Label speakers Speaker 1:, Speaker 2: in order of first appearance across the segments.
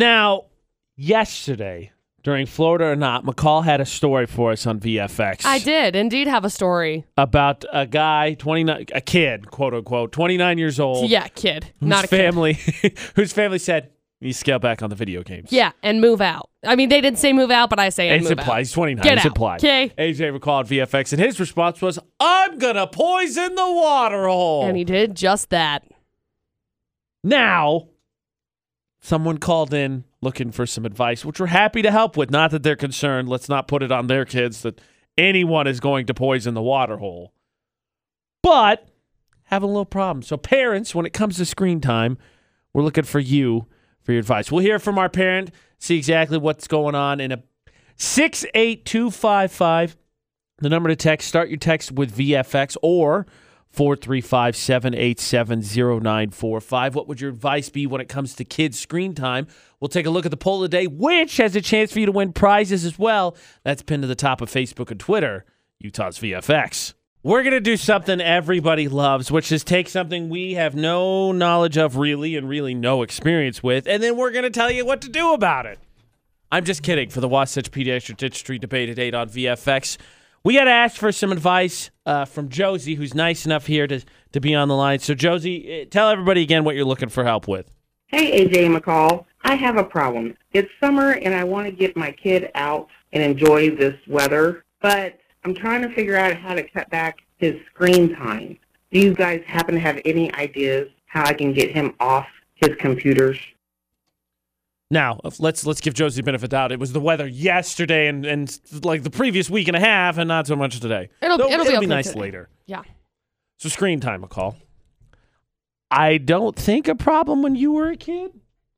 Speaker 1: Now, yesterday during Florida or Not, McCall had a story for us on VFX.
Speaker 2: I did indeed have a story.
Speaker 1: About a guy, 29, a kid, quote unquote, 29 years old.
Speaker 2: Yeah, kid,
Speaker 1: Whose
Speaker 2: not a kid.
Speaker 1: family, whose family said, you scale back on the video games.
Speaker 2: Yeah, and move out. I mean, they didn't say move out, but I say and
Speaker 1: It's
Speaker 2: move
Speaker 1: implied.
Speaker 2: out.
Speaker 1: He's 29.
Speaker 2: Get
Speaker 1: it's
Speaker 2: out,
Speaker 1: implied.
Speaker 2: okay?
Speaker 1: AJ recalled VFX, and his response was, I'm going to poison the water hole.
Speaker 2: And he did just that.
Speaker 1: now, someone called in looking for some advice, which we're happy to help with. Not that they're concerned. Let's not put it on their kids that anyone is going to poison the water hole. But having a little problem. So, parents, when it comes to screen time, we're looking for you for your advice. We'll hear from our parent, see exactly what's going on in a 68255. The number to text, start your text with VFX or 435 787 0945. What would your advice be when it comes to kids' screen time? We'll take a look at the poll today, which has a chance for you to win prizes as well. That's pinned to the top of Facebook and Twitter, Utah's VFX. We're going to do something everybody loves, which is take something we have no knowledge of really and really no experience with, and then we're going to tell you what to do about it. I'm just kidding. For the Wasatch Pediatric Dentistry debate at 8 on VFX, we got to ask for some advice uh, from Josie, who's nice enough here to, to be on the line. So, Josie, eh, tell everybody again what you're looking for help with.
Speaker 3: Hey, AJ McCall. I have a problem. It's summer and I want to get my kid out and enjoy this weather, but I'm trying to figure out how to cut back his screen time. Do you guys happen to have any ideas how I can get him off his computers?
Speaker 1: Now, if- let's let's give Josie the benefit of the doubt. It was the weather yesterday and, and like the previous week and a half, and not so much today.
Speaker 2: It'll-
Speaker 1: Though
Speaker 2: it'll be okay
Speaker 1: nice
Speaker 2: today.
Speaker 1: later.
Speaker 2: Yeah.
Speaker 1: So, screen time, McCall. I don't think a problem when you were a kid.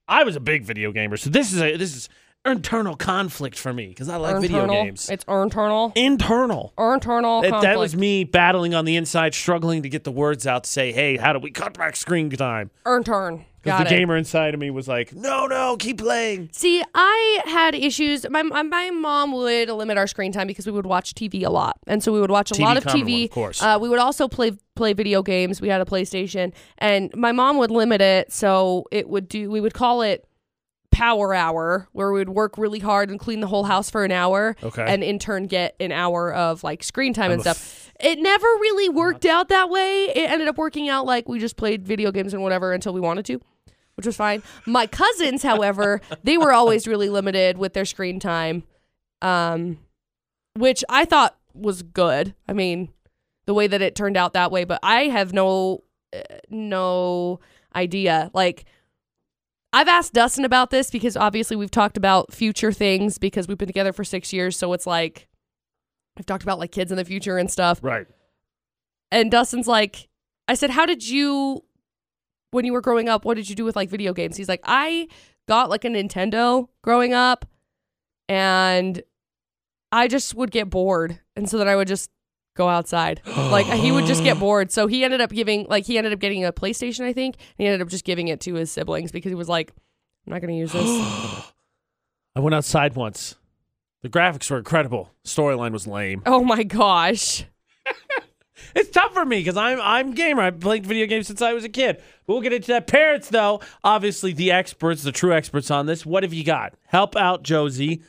Speaker 1: I was a big video gamer, so this is a this is internal conflict for me because I like video
Speaker 2: Internal.
Speaker 1: games.
Speaker 2: It's internal.
Speaker 1: internal.
Speaker 2: Internal
Speaker 1: That,
Speaker 2: conflict.
Speaker 1: that was me battling on the inside, struggling to get the words out to say, "Hey, how do we cut back screen time?"
Speaker 2: Intern.
Speaker 1: Because
Speaker 2: Got
Speaker 1: the
Speaker 2: it.
Speaker 1: gamer inside of me was like, "No, no, keep playing."
Speaker 2: See, I had issues. My my mom would limit our screen time because we would watch TV a lot, and so we would watch a
Speaker 1: TV,
Speaker 2: lot of
Speaker 1: common
Speaker 2: TV.
Speaker 1: one, of course.
Speaker 2: uh, we would also play play video games. We had a PlayStation, and my mom would limit it, so it would do. We would call it power hour, where we would work really hard and clean the whole house for an hour,
Speaker 1: Okay.
Speaker 2: and in turn get an hour of like screen time
Speaker 1: I'm
Speaker 2: and
Speaker 1: a
Speaker 2: stuff. it never really worked out that way. It ended up working out like we just played video games and whatever until we wanted to which was fine. My cousins, however, they were always really limited with their screen time, um, which I thought was good. I mean, the way that it turned out that way, but I have no uh, no idea. Like, I've asked Dustin about this because obviously we've talked about future things because we've been together for six years, so it's like we've talked about like kids in the future and stuff
Speaker 1: Right.
Speaker 2: and Dustin's like, I said, how did you, when you were growing up, what did you do with like video games? He's like, I got like a Nintendo growing up, and I just would get bored, and so then I would just go outside. like he would just get bored, so he ended up giving, like he ended up getting a PlayStation, I think, and he ended up just giving it to his siblings because he was like, I'm not gonna use this.
Speaker 1: I went outside once. The graphics were incredible. Storyline was lame.
Speaker 2: oh my gosh.
Speaker 1: It's tough for me because I'm I'm a gamer. I've played video games since I was a kid. We'll get into that. Parents, though, obviously the experts, the true experts on this. What have you got? Help out, Josie.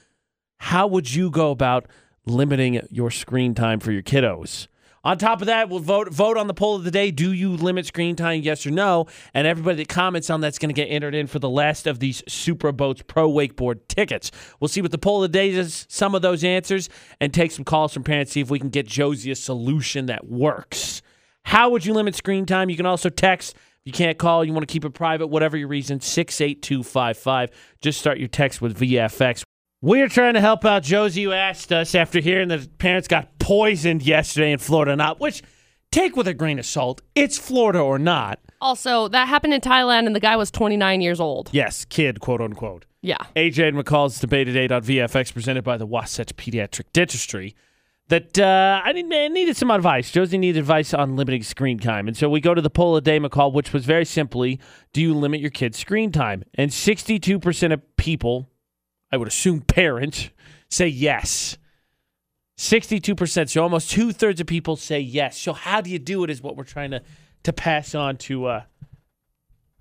Speaker 1: How would you go about limiting your screen time for your kiddos? On top of that, we'll vote vote on the poll of the day. Do you limit screen time, yes or no? And everybody that comments on that's going to get entered in for the last of these Super Boats Pro Wakeboard tickets. We'll see what the poll of the day is, some of those answers, and take some calls from parents, see if we can get Josie a solution that works. How would you limit screen time? You can also text. If you can't call, you want to keep it private, whatever your reason, 68255. Just start your text with VFX. We're trying to help out Josie, who asked us after hearing that his parents got poisoned yesterday in Florida or not, which take with a grain of salt. It's Florida or not.
Speaker 2: Also, that happened in Thailand, and the guy was 29 years old.
Speaker 1: Yes, kid, quote unquote.
Speaker 2: Yeah.
Speaker 1: AJ and McCall's debate at 8 on VFX, presented by the Wasatch Pediatric Dentistry. That uh, I need- I needed some advice. Josie needed advice on limiting screen time. And so we go to the poll of the day, McCall, which was very simply do you limit your kids' screen time? And 62% of people, I would assume parents, say yes. 62%. So almost two thirds of people say yes. So how do you do it is what we're trying to, to pass on to, uh,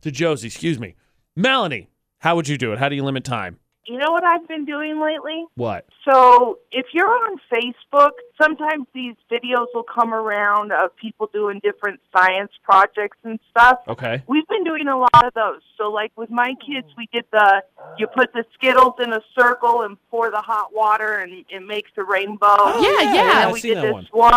Speaker 1: to Josie. Excuse me. Melanie, How would you do it? How do you limit time?
Speaker 4: You know what I've been doing lately?
Speaker 1: What?
Speaker 4: So if you're on Facebook, sometimes these videos will come around of people doing different science projects and stuff.
Speaker 1: Okay.
Speaker 4: We've been doing a lot of those. So like with my kids, we did the you put the Skittles in a circle and pour the hot water and it makes a rainbow.
Speaker 2: Oh, Yeah, yeah.
Speaker 4: And
Speaker 1: yeah
Speaker 4: then
Speaker 1: I've
Speaker 4: we
Speaker 1: seen
Speaker 4: did
Speaker 1: that
Speaker 4: this
Speaker 1: one.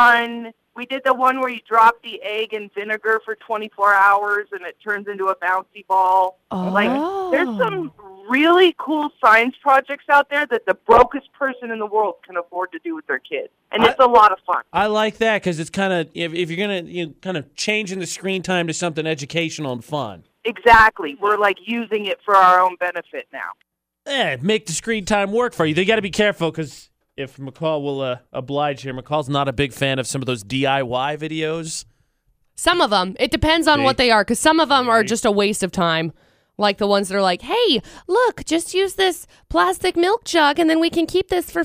Speaker 4: one. We did the one where you drop the egg in vinegar for 24 hours and it turns into a bouncy ball. Like
Speaker 5: Oh.
Speaker 4: there's some really cool science projects out there that the brokest person in the world can afford to do with their kids, and
Speaker 1: I-
Speaker 4: it's a lot of fun.
Speaker 1: I like that because it's kind of if, if you're gonna you know, kind of changing the screen time to something educational and fun.
Speaker 4: Exactly, we're like using it for our own benefit now.
Speaker 1: Eh, make the screen time work for you. They got to be careful because if McCall will uh, oblige here, McCall's not a big fan of some of those DIY videos.
Speaker 2: Some of them. It depends on what they are, because some of them are just a waste of time. Like the ones that are like, hey, look, just use this plastic milk jug and then we can keep this for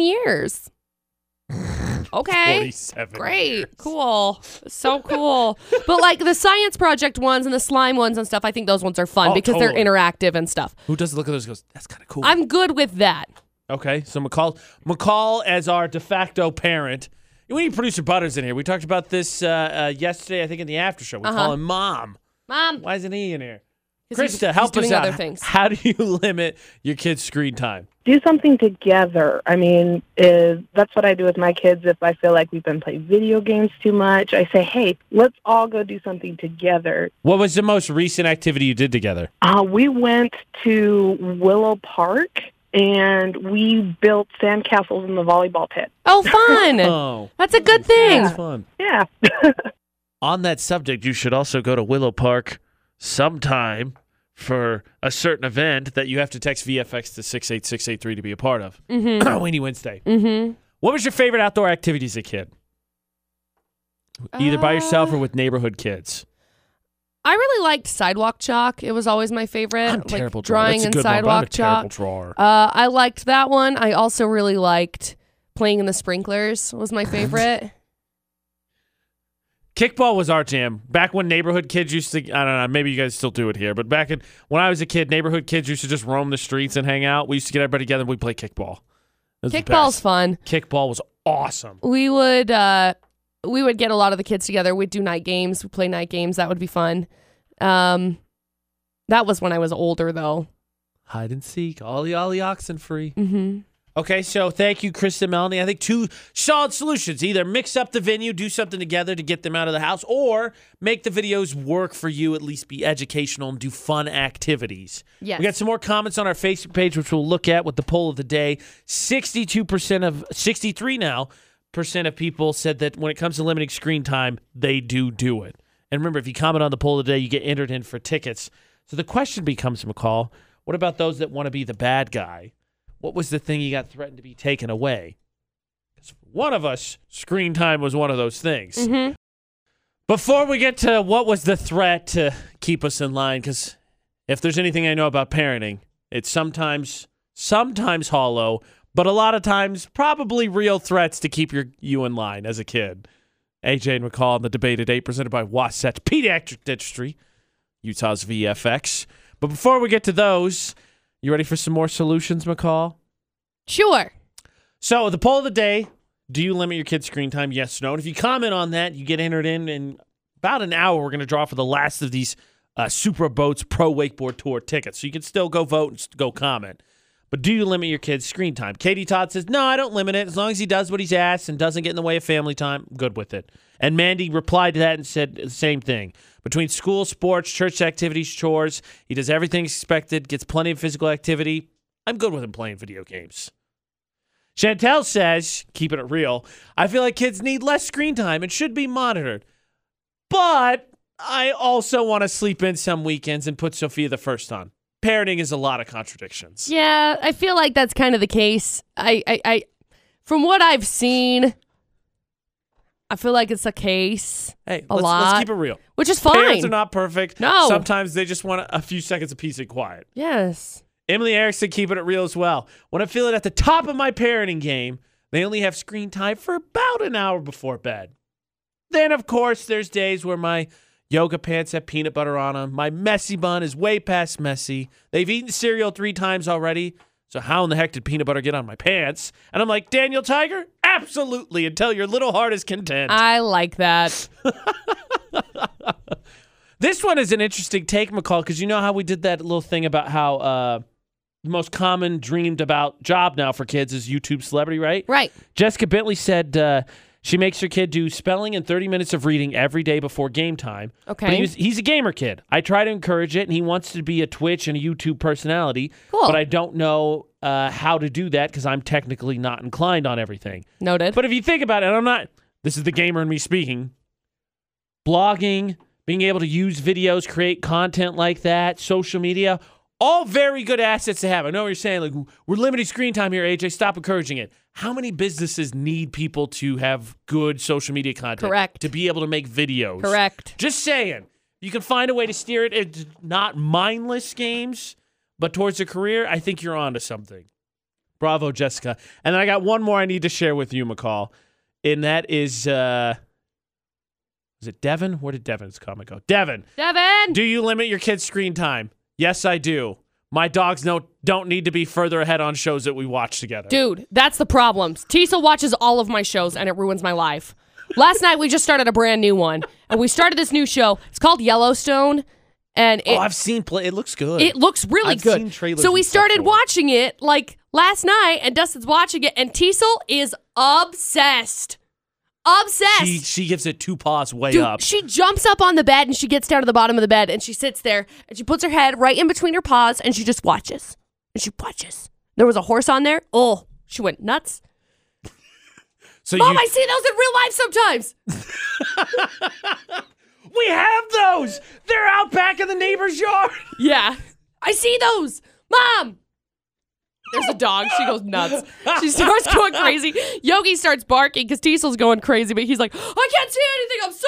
Speaker 2: years. okay.
Speaker 1: Forty-seven.
Speaker 2: Great. Cool. So cool. but like the science project ones and the slime ones and stuff, I think those ones are fun
Speaker 1: Oh,
Speaker 2: because
Speaker 1: totally.
Speaker 2: they're interactive and stuff.
Speaker 1: Who does look at those? and Goes. That's kind of cool.
Speaker 2: I'm good with that.
Speaker 1: Okay, so McCall, McCall as our de facto parent. We need producer Butters in here. We talked about this uh, uh, yesterday, I think, in the after show. We call
Speaker 2: Uh-huh.
Speaker 1: him Mom.
Speaker 2: Mom.
Speaker 1: Why isn't he in here?
Speaker 2: 'Cause he's-
Speaker 1: Krista, help
Speaker 2: he's
Speaker 1: us
Speaker 2: doing
Speaker 1: out.
Speaker 2: other things.
Speaker 1: How do you limit your kids' screen time?
Speaker 5: do something together. I mean, is that's what I do with my kids if I feel like we've been playing video games too much. I say, "Hey, let's all go do something together."
Speaker 1: What was the most recent activity you did together?
Speaker 5: Uh, we went to Willow Park and we built sandcastles in the volleyball pit.
Speaker 2: Oh, fun.
Speaker 1: Oh,
Speaker 2: That's a good thing.
Speaker 1: that's fun.
Speaker 5: Yeah.
Speaker 1: On that subject, you should also go to Willow Park sometime for a certain event that you have to text VFX to 68683 to be a part of.
Speaker 2: Mm
Speaker 1: Weenie Wednesday.
Speaker 2: hmm. Mm hmm.
Speaker 1: What was your favorite outdoor activity as a kid? Either by yourself
Speaker 2: Uh,
Speaker 1: or with neighborhood kids.
Speaker 2: I really liked sidewalk chalk. It was always my favorite.
Speaker 1: I'm a
Speaker 2: uh, like
Speaker 1: terrible drawer.
Speaker 2: drawing
Speaker 1: That's a
Speaker 2: and
Speaker 1: good one, but I'm a
Speaker 2: sidewalk
Speaker 1: terrible
Speaker 2: chalk.
Speaker 1: drawer.
Speaker 2: Uh, I liked that one. I also really liked playing in the sprinklers. Was my favorite.
Speaker 1: Kickball was our jam. Back when neighborhood kids used to, I don't know, maybe you guys still do it here, but back in when I was a kid, neighborhood kids used to just roam the streets and hang out. We used to get everybody together and we'd play kickball. It was the
Speaker 2: Kickball's
Speaker 1: best.
Speaker 2: fun.
Speaker 1: Kickball was awesome.
Speaker 2: We would uh, we would get a lot of the kids together. We'd do night games. We'd play night games. That would be fun. Um, that was when I was older though.
Speaker 1: Hide and seek, ollie ollie oxen free.
Speaker 2: hmm
Speaker 1: Okay, so thank you, Krista and Melanie. I think two solid solutions. Either mix up the venue, do something together to get them out of the house, or make the videos work for you, at least be educational and do fun activities.
Speaker 2: Yes.
Speaker 1: We got some more comments on our Facebook page, which we'll look at with the poll of the day. 62% of 63 now percent of people said that when it comes to limiting screen time, they do do it. And remember, if you comment on the poll today, you get entered in for tickets. So the question becomes, McCall, what about those that want to be the bad guy? What was the thing you got threatened to be taken away? 'Cause one of us, screen time was one of those things.
Speaker 2: hmm
Speaker 1: Before we get to what was the threat to keep us in line, because if there's anything I know about parenting, it's sometimes sometimes hollow, but a lot of times probably real threats to keep your you in line as a kid. AJ and McCall on the debate at eight presented by Wasatch Pediatric Dentistry, Utah's VFX. But before we get to those, you ready for some more solutions, McCall?
Speaker 2: Sure.
Speaker 1: So the poll of the day: Do you limit your kids' screen time? Yes, no. And if you comment on that, you get entered in. In about an hour, we're going to draw for the last of these uh, Super Boats Pro Wakeboard Tour tickets. So you can still go vote and s- go comment. But do you limit your kids' screen time? Katie Todd says, No, I don't limit it. As long as he does what he's asked and doesn't get in the way of family time, I'm good with it. And Mandy replied to that and said the same thing. Between school, sports, church activities, chores, he does everything expected, gets plenty of physical activity. I'm good with him playing video games. Chantel says, keeping it real, I feel like kids need less screen time and should be monitored. But I also want to sleep in some weekends and put Sophia the first on. Parenting is a lot of contradictions.
Speaker 2: Yeah, I feel like that's kind of the case. I, I, I from what I've seen, I feel like it's a case,
Speaker 1: Hey,
Speaker 2: A
Speaker 1: let's, let's
Speaker 2: lot.
Speaker 1: keep it real.
Speaker 2: which is
Speaker 1: Parents are
Speaker 2: fine.
Speaker 1: not perfect.
Speaker 2: No.
Speaker 1: Sometimes they just want a few seconds of peace and quiet.
Speaker 2: yes.
Speaker 1: Emily Erickson keeping it real as well. When I feel it at the top of my parenting game, they only have screen time for about an hour before bed. Then, of course, there's days where my Yoga pants have peanut butter on them. My messy bun is way past messy. They've eaten cereal three times already. So how in the heck did peanut butter get on my pants? And I'm like, Daniel Tiger, absolutely. Until your little heart is content.
Speaker 2: I like that.
Speaker 1: This one is an interesting take, McCall, because you know how we did that little thing about how uh, the most common dreamed about job now for kids is YouTube celebrity, right?
Speaker 2: Right.
Speaker 1: Jessica Bentley said uh, she makes her kid do spelling and 30 minutes of reading every day before game time. But
Speaker 2: Okay.
Speaker 1: he was, he's a gamer kid. I try to encourage it, and he wants to be a Twitch and a YouTube personality.
Speaker 2: Cool.
Speaker 1: But I don't know uh, how to do that because I'm technically not inclined on everything.
Speaker 2: Noted.
Speaker 1: But if you think about it, and I'm not, this is the gamer in me speaking. Blogging, being able to use videos, create content like that, social media, all very good assets to have. I know what you're saying. Like, we're limiting screen time here, AJ. Stop encouraging it. How many businesses need people to have good social media content?
Speaker 2: Correct.
Speaker 1: To be able to make videos?
Speaker 2: Correct.
Speaker 1: Just saying. You can find a way to steer it. It's not mindless games, but towards a career, I think you're onto something. Bravo, Jessica. And then I got one more I need to share with you, McCall. And that is uh is it Devin? Where did Devin's comment go? Devin,
Speaker 2: Devin.
Speaker 1: do you limit your kids' screen time? Yes, I do. My dogs no, don't need to be further ahead on shows that we watch together.
Speaker 2: Dude, that's the problem. Tisa watches all of my shows and it ruins my life. Last night we just started a brand new one and we started this new show. It's called Yellowstone and
Speaker 1: oh,
Speaker 2: it,
Speaker 1: I've seen play. It looks good.
Speaker 2: it looks really
Speaker 1: I've
Speaker 2: good.
Speaker 1: seen trailers
Speaker 2: so
Speaker 1: and
Speaker 2: we
Speaker 1: stuff
Speaker 2: started
Speaker 1: for it.
Speaker 2: watching it like last night and Dustin's watching it and Teasel is obsessed. Obsessed.
Speaker 1: she, she gives it two paws way
Speaker 2: Dude,
Speaker 1: up.
Speaker 2: she jumps up on the bed and she gets down to the bottom of the bed and she sits there and she puts her head right in between her paws and she just watches. And she watches. There was a horse on there. Oh, she went nuts.
Speaker 1: so
Speaker 2: Mom,
Speaker 1: you,
Speaker 2: I see those in real life sometimes.
Speaker 1: we have those. They're out back in the neighbor's yard.
Speaker 2: Yeah. I see those. Mom. There's a dog. She goes nuts. She starts going crazy. Yogi starts barking because Teasel's going crazy, but he's like, I can't see anything. I'm so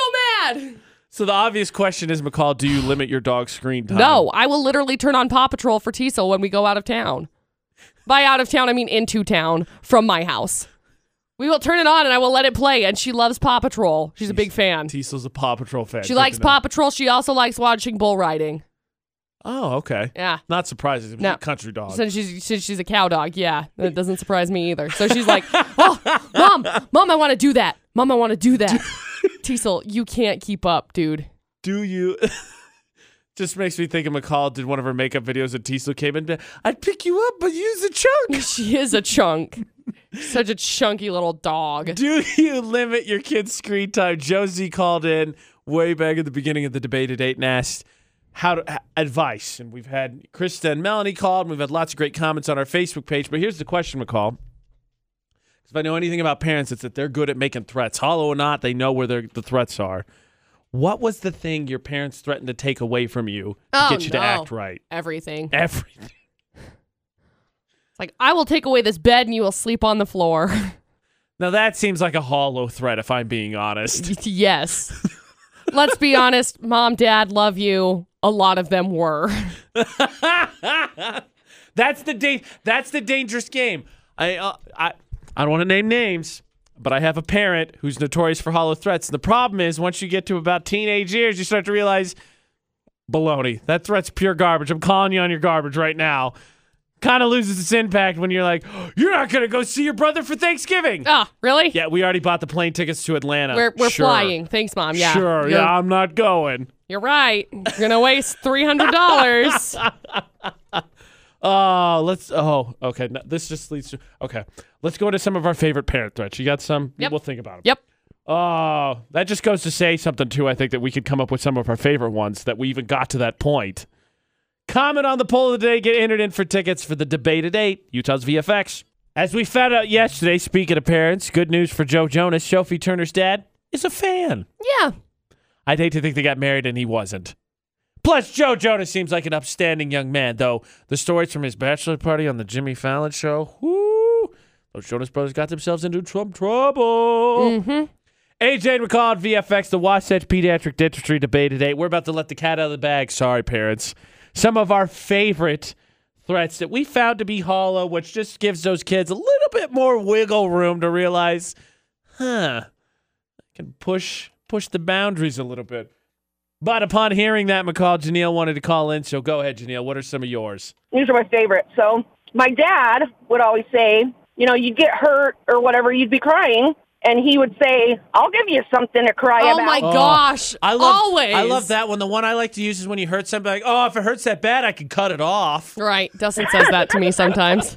Speaker 2: mad.
Speaker 1: So the obvious question is, McCall, do you limit your dog's screen time?
Speaker 2: No, I will literally turn on Paw Patrol for Teasel when we go out of town. By out of town, I mean into town from my house. We will turn it on and I will let it play. And she loves Paw Patrol. She's a big fan.
Speaker 1: Teasel's a Paw Patrol fan.
Speaker 2: She likes Paw
Speaker 1: pop.
Speaker 2: Patrol. She also likes watching bull riding.
Speaker 1: Oh, okay.
Speaker 2: Yeah.
Speaker 1: Not surprising.
Speaker 2: No.
Speaker 1: Country dog.
Speaker 2: Since she's since she's a cow dog, yeah, that doesn't surprise me either. So she's like, "Oh, mom, mom, I want to do that. Mom, I want to do that." Teasel, you can't keep up, dude.
Speaker 1: do you? Just makes me think of McCall did one of her makeup videos and Teasel came in. I'd pick you up, but use a chunk.
Speaker 2: She is a chunk, such a chunky little dog.
Speaker 1: do you limit your kids' screen time? Josie called in way back at the beginning of the debate at eight and asked how to, h- advice. And we've had Krista and Melanie called, and we've had lots of great comments on our Facebook page. But here's the question, McCall. If I know anything about parents, it's that they're good at making threats. Hollow or not, they know where their- the threats are. What was the thing your parents threatened to take away from you to
Speaker 2: Oh,
Speaker 1: get you to
Speaker 2: no.
Speaker 1: act right?
Speaker 2: Everything.
Speaker 1: Everything.
Speaker 2: It's like, I will take away this bed and you will sleep on the floor.
Speaker 1: Now that seems like a hollow threat, if I'm being honest.
Speaker 2: yes. Let's be honest, mom, dad, love you. A lot of them were.
Speaker 1: that's the da- That's the dangerous game. I uh, I I don't want to name names, but I have a parent who's notorious for hollow threats. And the problem is, once you get to about teenage years, you start to realize, baloney. That threat's pure garbage. I'm calling you on your garbage right now. Kind of loses its impact when you're like, "Oh, you're not gonna go see your brother for Thanksgiving.
Speaker 2: Ah, really?
Speaker 1: yeah, we already bought the plane tickets to Atlanta.
Speaker 2: We're, we're
Speaker 1: Sure.
Speaker 2: flying. Thanks, mom. Yeah.
Speaker 1: Sure.
Speaker 2: You're,
Speaker 1: Yeah, I'm not going.
Speaker 2: You're right. You're going to waste $300.
Speaker 1: Oh, let's. Oh, okay. No, this just leads to. Okay, let's go to some of our favorite parent threats. You got some?
Speaker 2: Yep.
Speaker 1: We'll think about them.
Speaker 2: yep.
Speaker 1: Oh, that just goes to say something too. I think that we could come up with some of our favorite ones that we even got to that point. Comment on the poll of the day. Get entered in for tickets for the debate at eight. Utah's VFX. As we found out yesterday, speaking of parents, good news for Joe Jonas. Sophie Turner's dad is a fan.
Speaker 2: Yeah.
Speaker 1: I'd hate to think they got married and he wasn't. Plus, Joe Jonas seems like an upstanding young man, though the stories from his bachelor party on the Jimmy Fallon show, whoo, those Jonas brothers got themselves into Trump trouble.
Speaker 2: Mm-hmm.
Speaker 1: AJ and McCall at VFX, the Wasatch Pediatric Dentistry debate today. We're about to let the cat out of the bag. Sorry, parents. Some of our favorite threats that we found to be hollow, which just gives those kids a little bit more wiggle room to realize, huh, I can push push the boundaries a little bit. But upon hearing that, McCall, Janelle wanted to call in. So go ahead, Janelle. What are some of yours?
Speaker 6: These are my favorite. So my dad would always say, you know, you'd get hurt or whatever, you'd be crying, and he would say, "I'll give you something to cry
Speaker 2: Oh
Speaker 6: about."
Speaker 2: my
Speaker 1: Oh,
Speaker 2: gosh!
Speaker 1: I love
Speaker 2: always.
Speaker 1: I love that one. The one I like to use is when you hurt somebody. Like, oh, if it hurts that bad, I can cut it off.
Speaker 2: Right, Dustin says that to me sometimes.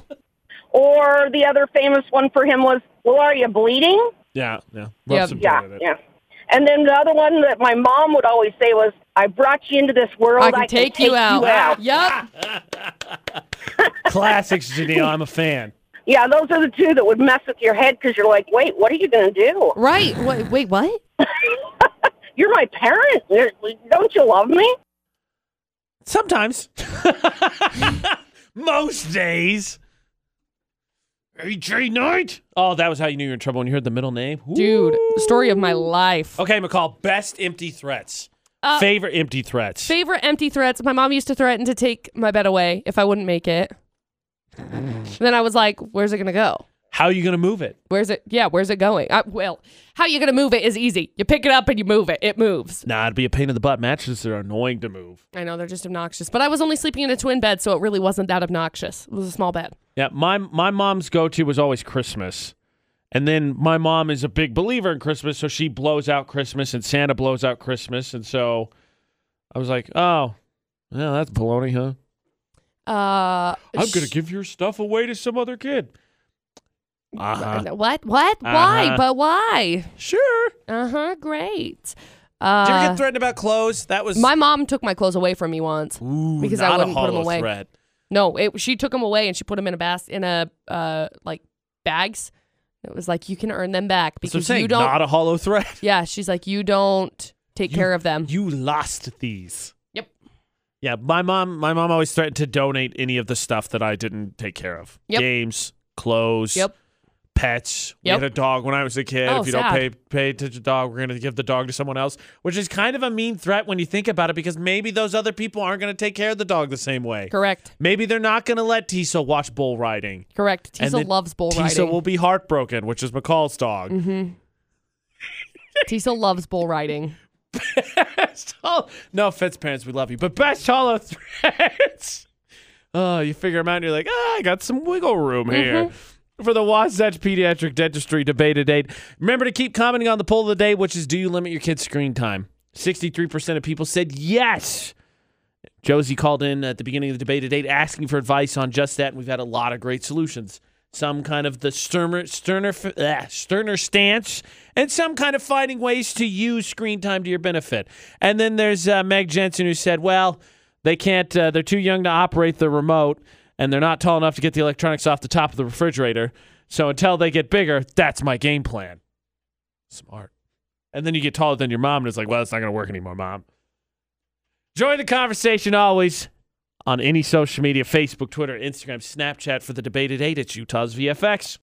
Speaker 6: or the other famous one for him was, "Well, are you bleeding?"
Speaker 1: Yeah, yeah.
Speaker 2: Yep.
Speaker 6: Yeah, yeah. And then the other one that my mom would always say was, "I brought you into this world.
Speaker 2: I can take you out. Yep.
Speaker 1: Classics, Janelle. I'm a fan.
Speaker 6: Yeah, those are the two that would mess with your head because you're like, "Wait, what are you going to do?
Speaker 2: Right. Wait, wait, what?
Speaker 6: You're my parent. You're, don't you love me?"
Speaker 1: Sometimes. Most days. AJ Knight. Oh, that was how you knew you were in trouble when you heard the middle name. Ooh.
Speaker 2: Dude, the story of my life.
Speaker 1: Okay, McCall, best empty threats.
Speaker 2: Uh,
Speaker 1: Favorite empty threats.
Speaker 2: Favorite empty threats. My mom used to threaten to take my bed away if I wouldn't make it. then I was like, where's it going to go?
Speaker 1: how are you going to move it?
Speaker 2: Where's it? Yeah, where's it going? I, well, how you going to move it is easy. You pick it up and you move it. It moves.
Speaker 1: Nah, it'd be a pain in the butt. Mattresses are annoying to move.
Speaker 2: I know they're just obnoxious, but I was only sleeping in a twin bed, so it really wasn't that obnoxious. It was a small bed.
Speaker 1: Yeah, my my mom's go to was always Christmas. And then my mom is a big believer in Christmas, so she blows out Christmas and Santa blows out Christmas. And so I was like, oh, yeah, that's baloney, huh?
Speaker 2: Uh,
Speaker 1: I'm
Speaker 2: sh-
Speaker 1: going to give your stuff away to some other kid. Uh-huh.
Speaker 2: What? What? Why?
Speaker 1: Uh-huh.
Speaker 2: But why?
Speaker 1: Sure.
Speaker 2: Uh huh. Great.
Speaker 1: Did you ever
Speaker 2: Uh,
Speaker 1: get threatened about clothes? That was
Speaker 2: my mom took my clothes away from me once.
Speaker 1: Ooh,
Speaker 2: because I
Speaker 1: not
Speaker 2: wouldn't
Speaker 1: a
Speaker 2: put 'em
Speaker 1: hollow
Speaker 2: away.
Speaker 1: threat.
Speaker 2: No, it, she took them away and she put them in a bas- in a uh like bags. It was like you can earn them back
Speaker 1: That's what I'm
Speaker 2: because
Speaker 1: saying.
Speaker 2: you don't.
Speaker 1: Not a hollow threat.
Speaker 2: yeah, she's like you don't take
Speaker 1: You-
Speaker 2: care of them.
Speaker 1: You lost these.
Speaker 2: Yep.
Speaker 1: Yeah, my mom. My mom always threatened to donate any of the stuff that I didn't take care of.
Speaker 2: Yep.
Speaker 1: Games, clothes.
Speaker 2: Yep.
Speaker 1: Pets. We
Speaker 2: Yep.
Speaker 1: had a dog when I was a kid.
Speaker 2: Oh,
Speaker 1: if you
Speaker 2: sad.
Speaker 1: don't pay pay attention to the dog, we're gonna give the dog to someone else, which is kind of a mean threat when you think about it, because maybe those other people aren't gonna take care of the dog the same way.
Speaker 2: Correct.
Speaker 1: Maybe they're not gonna let Tisa watch bull riding.
Speaker 2: Correct.
Speaker 1: And
Speaker 2: Tisa
Speaker 1: then
Speaker 2: loves bull
Speaker 1: Tisa
Speaker 2: riding. Mm-hmm.
Speaker 1: will be heartbroken, which is McCall's dog.
Speaker 2: Tisa loves bull riding.
Speaker 1: best hollow. Oh, No offense, parents, we love you, but best hollow threats. Oh, you figure them out, and you're like, ah, I got some wiggle room here. For the Wasatch Pediatric Dentistry debate today, remember to keep commenting on the poll of the day, which is do you limit your kids' screen time? 63% of people said yes. Josie called in at the beginning of the debate today asking for advice on just that, and we've had a lot of great solutions. Some kind of the sterner, sterner, uh, sterner stance, and some kind of finding ways to use screen time to your benefit. And then there's uh, Meg Jensen who said, well, they can't, uh, they're too young to operate the remote, and they're not tall enough to get the electronics off the top of the refrigerator. So until they get bigger, that's my game plan. Smart. And then you get taller than your mom, and it's like, well, it's not going to work anymore, mom. Join the conversation always on any social media Facebook, Twitter, Instagram, Snapchat for the debate at 8 at Utah's VFX.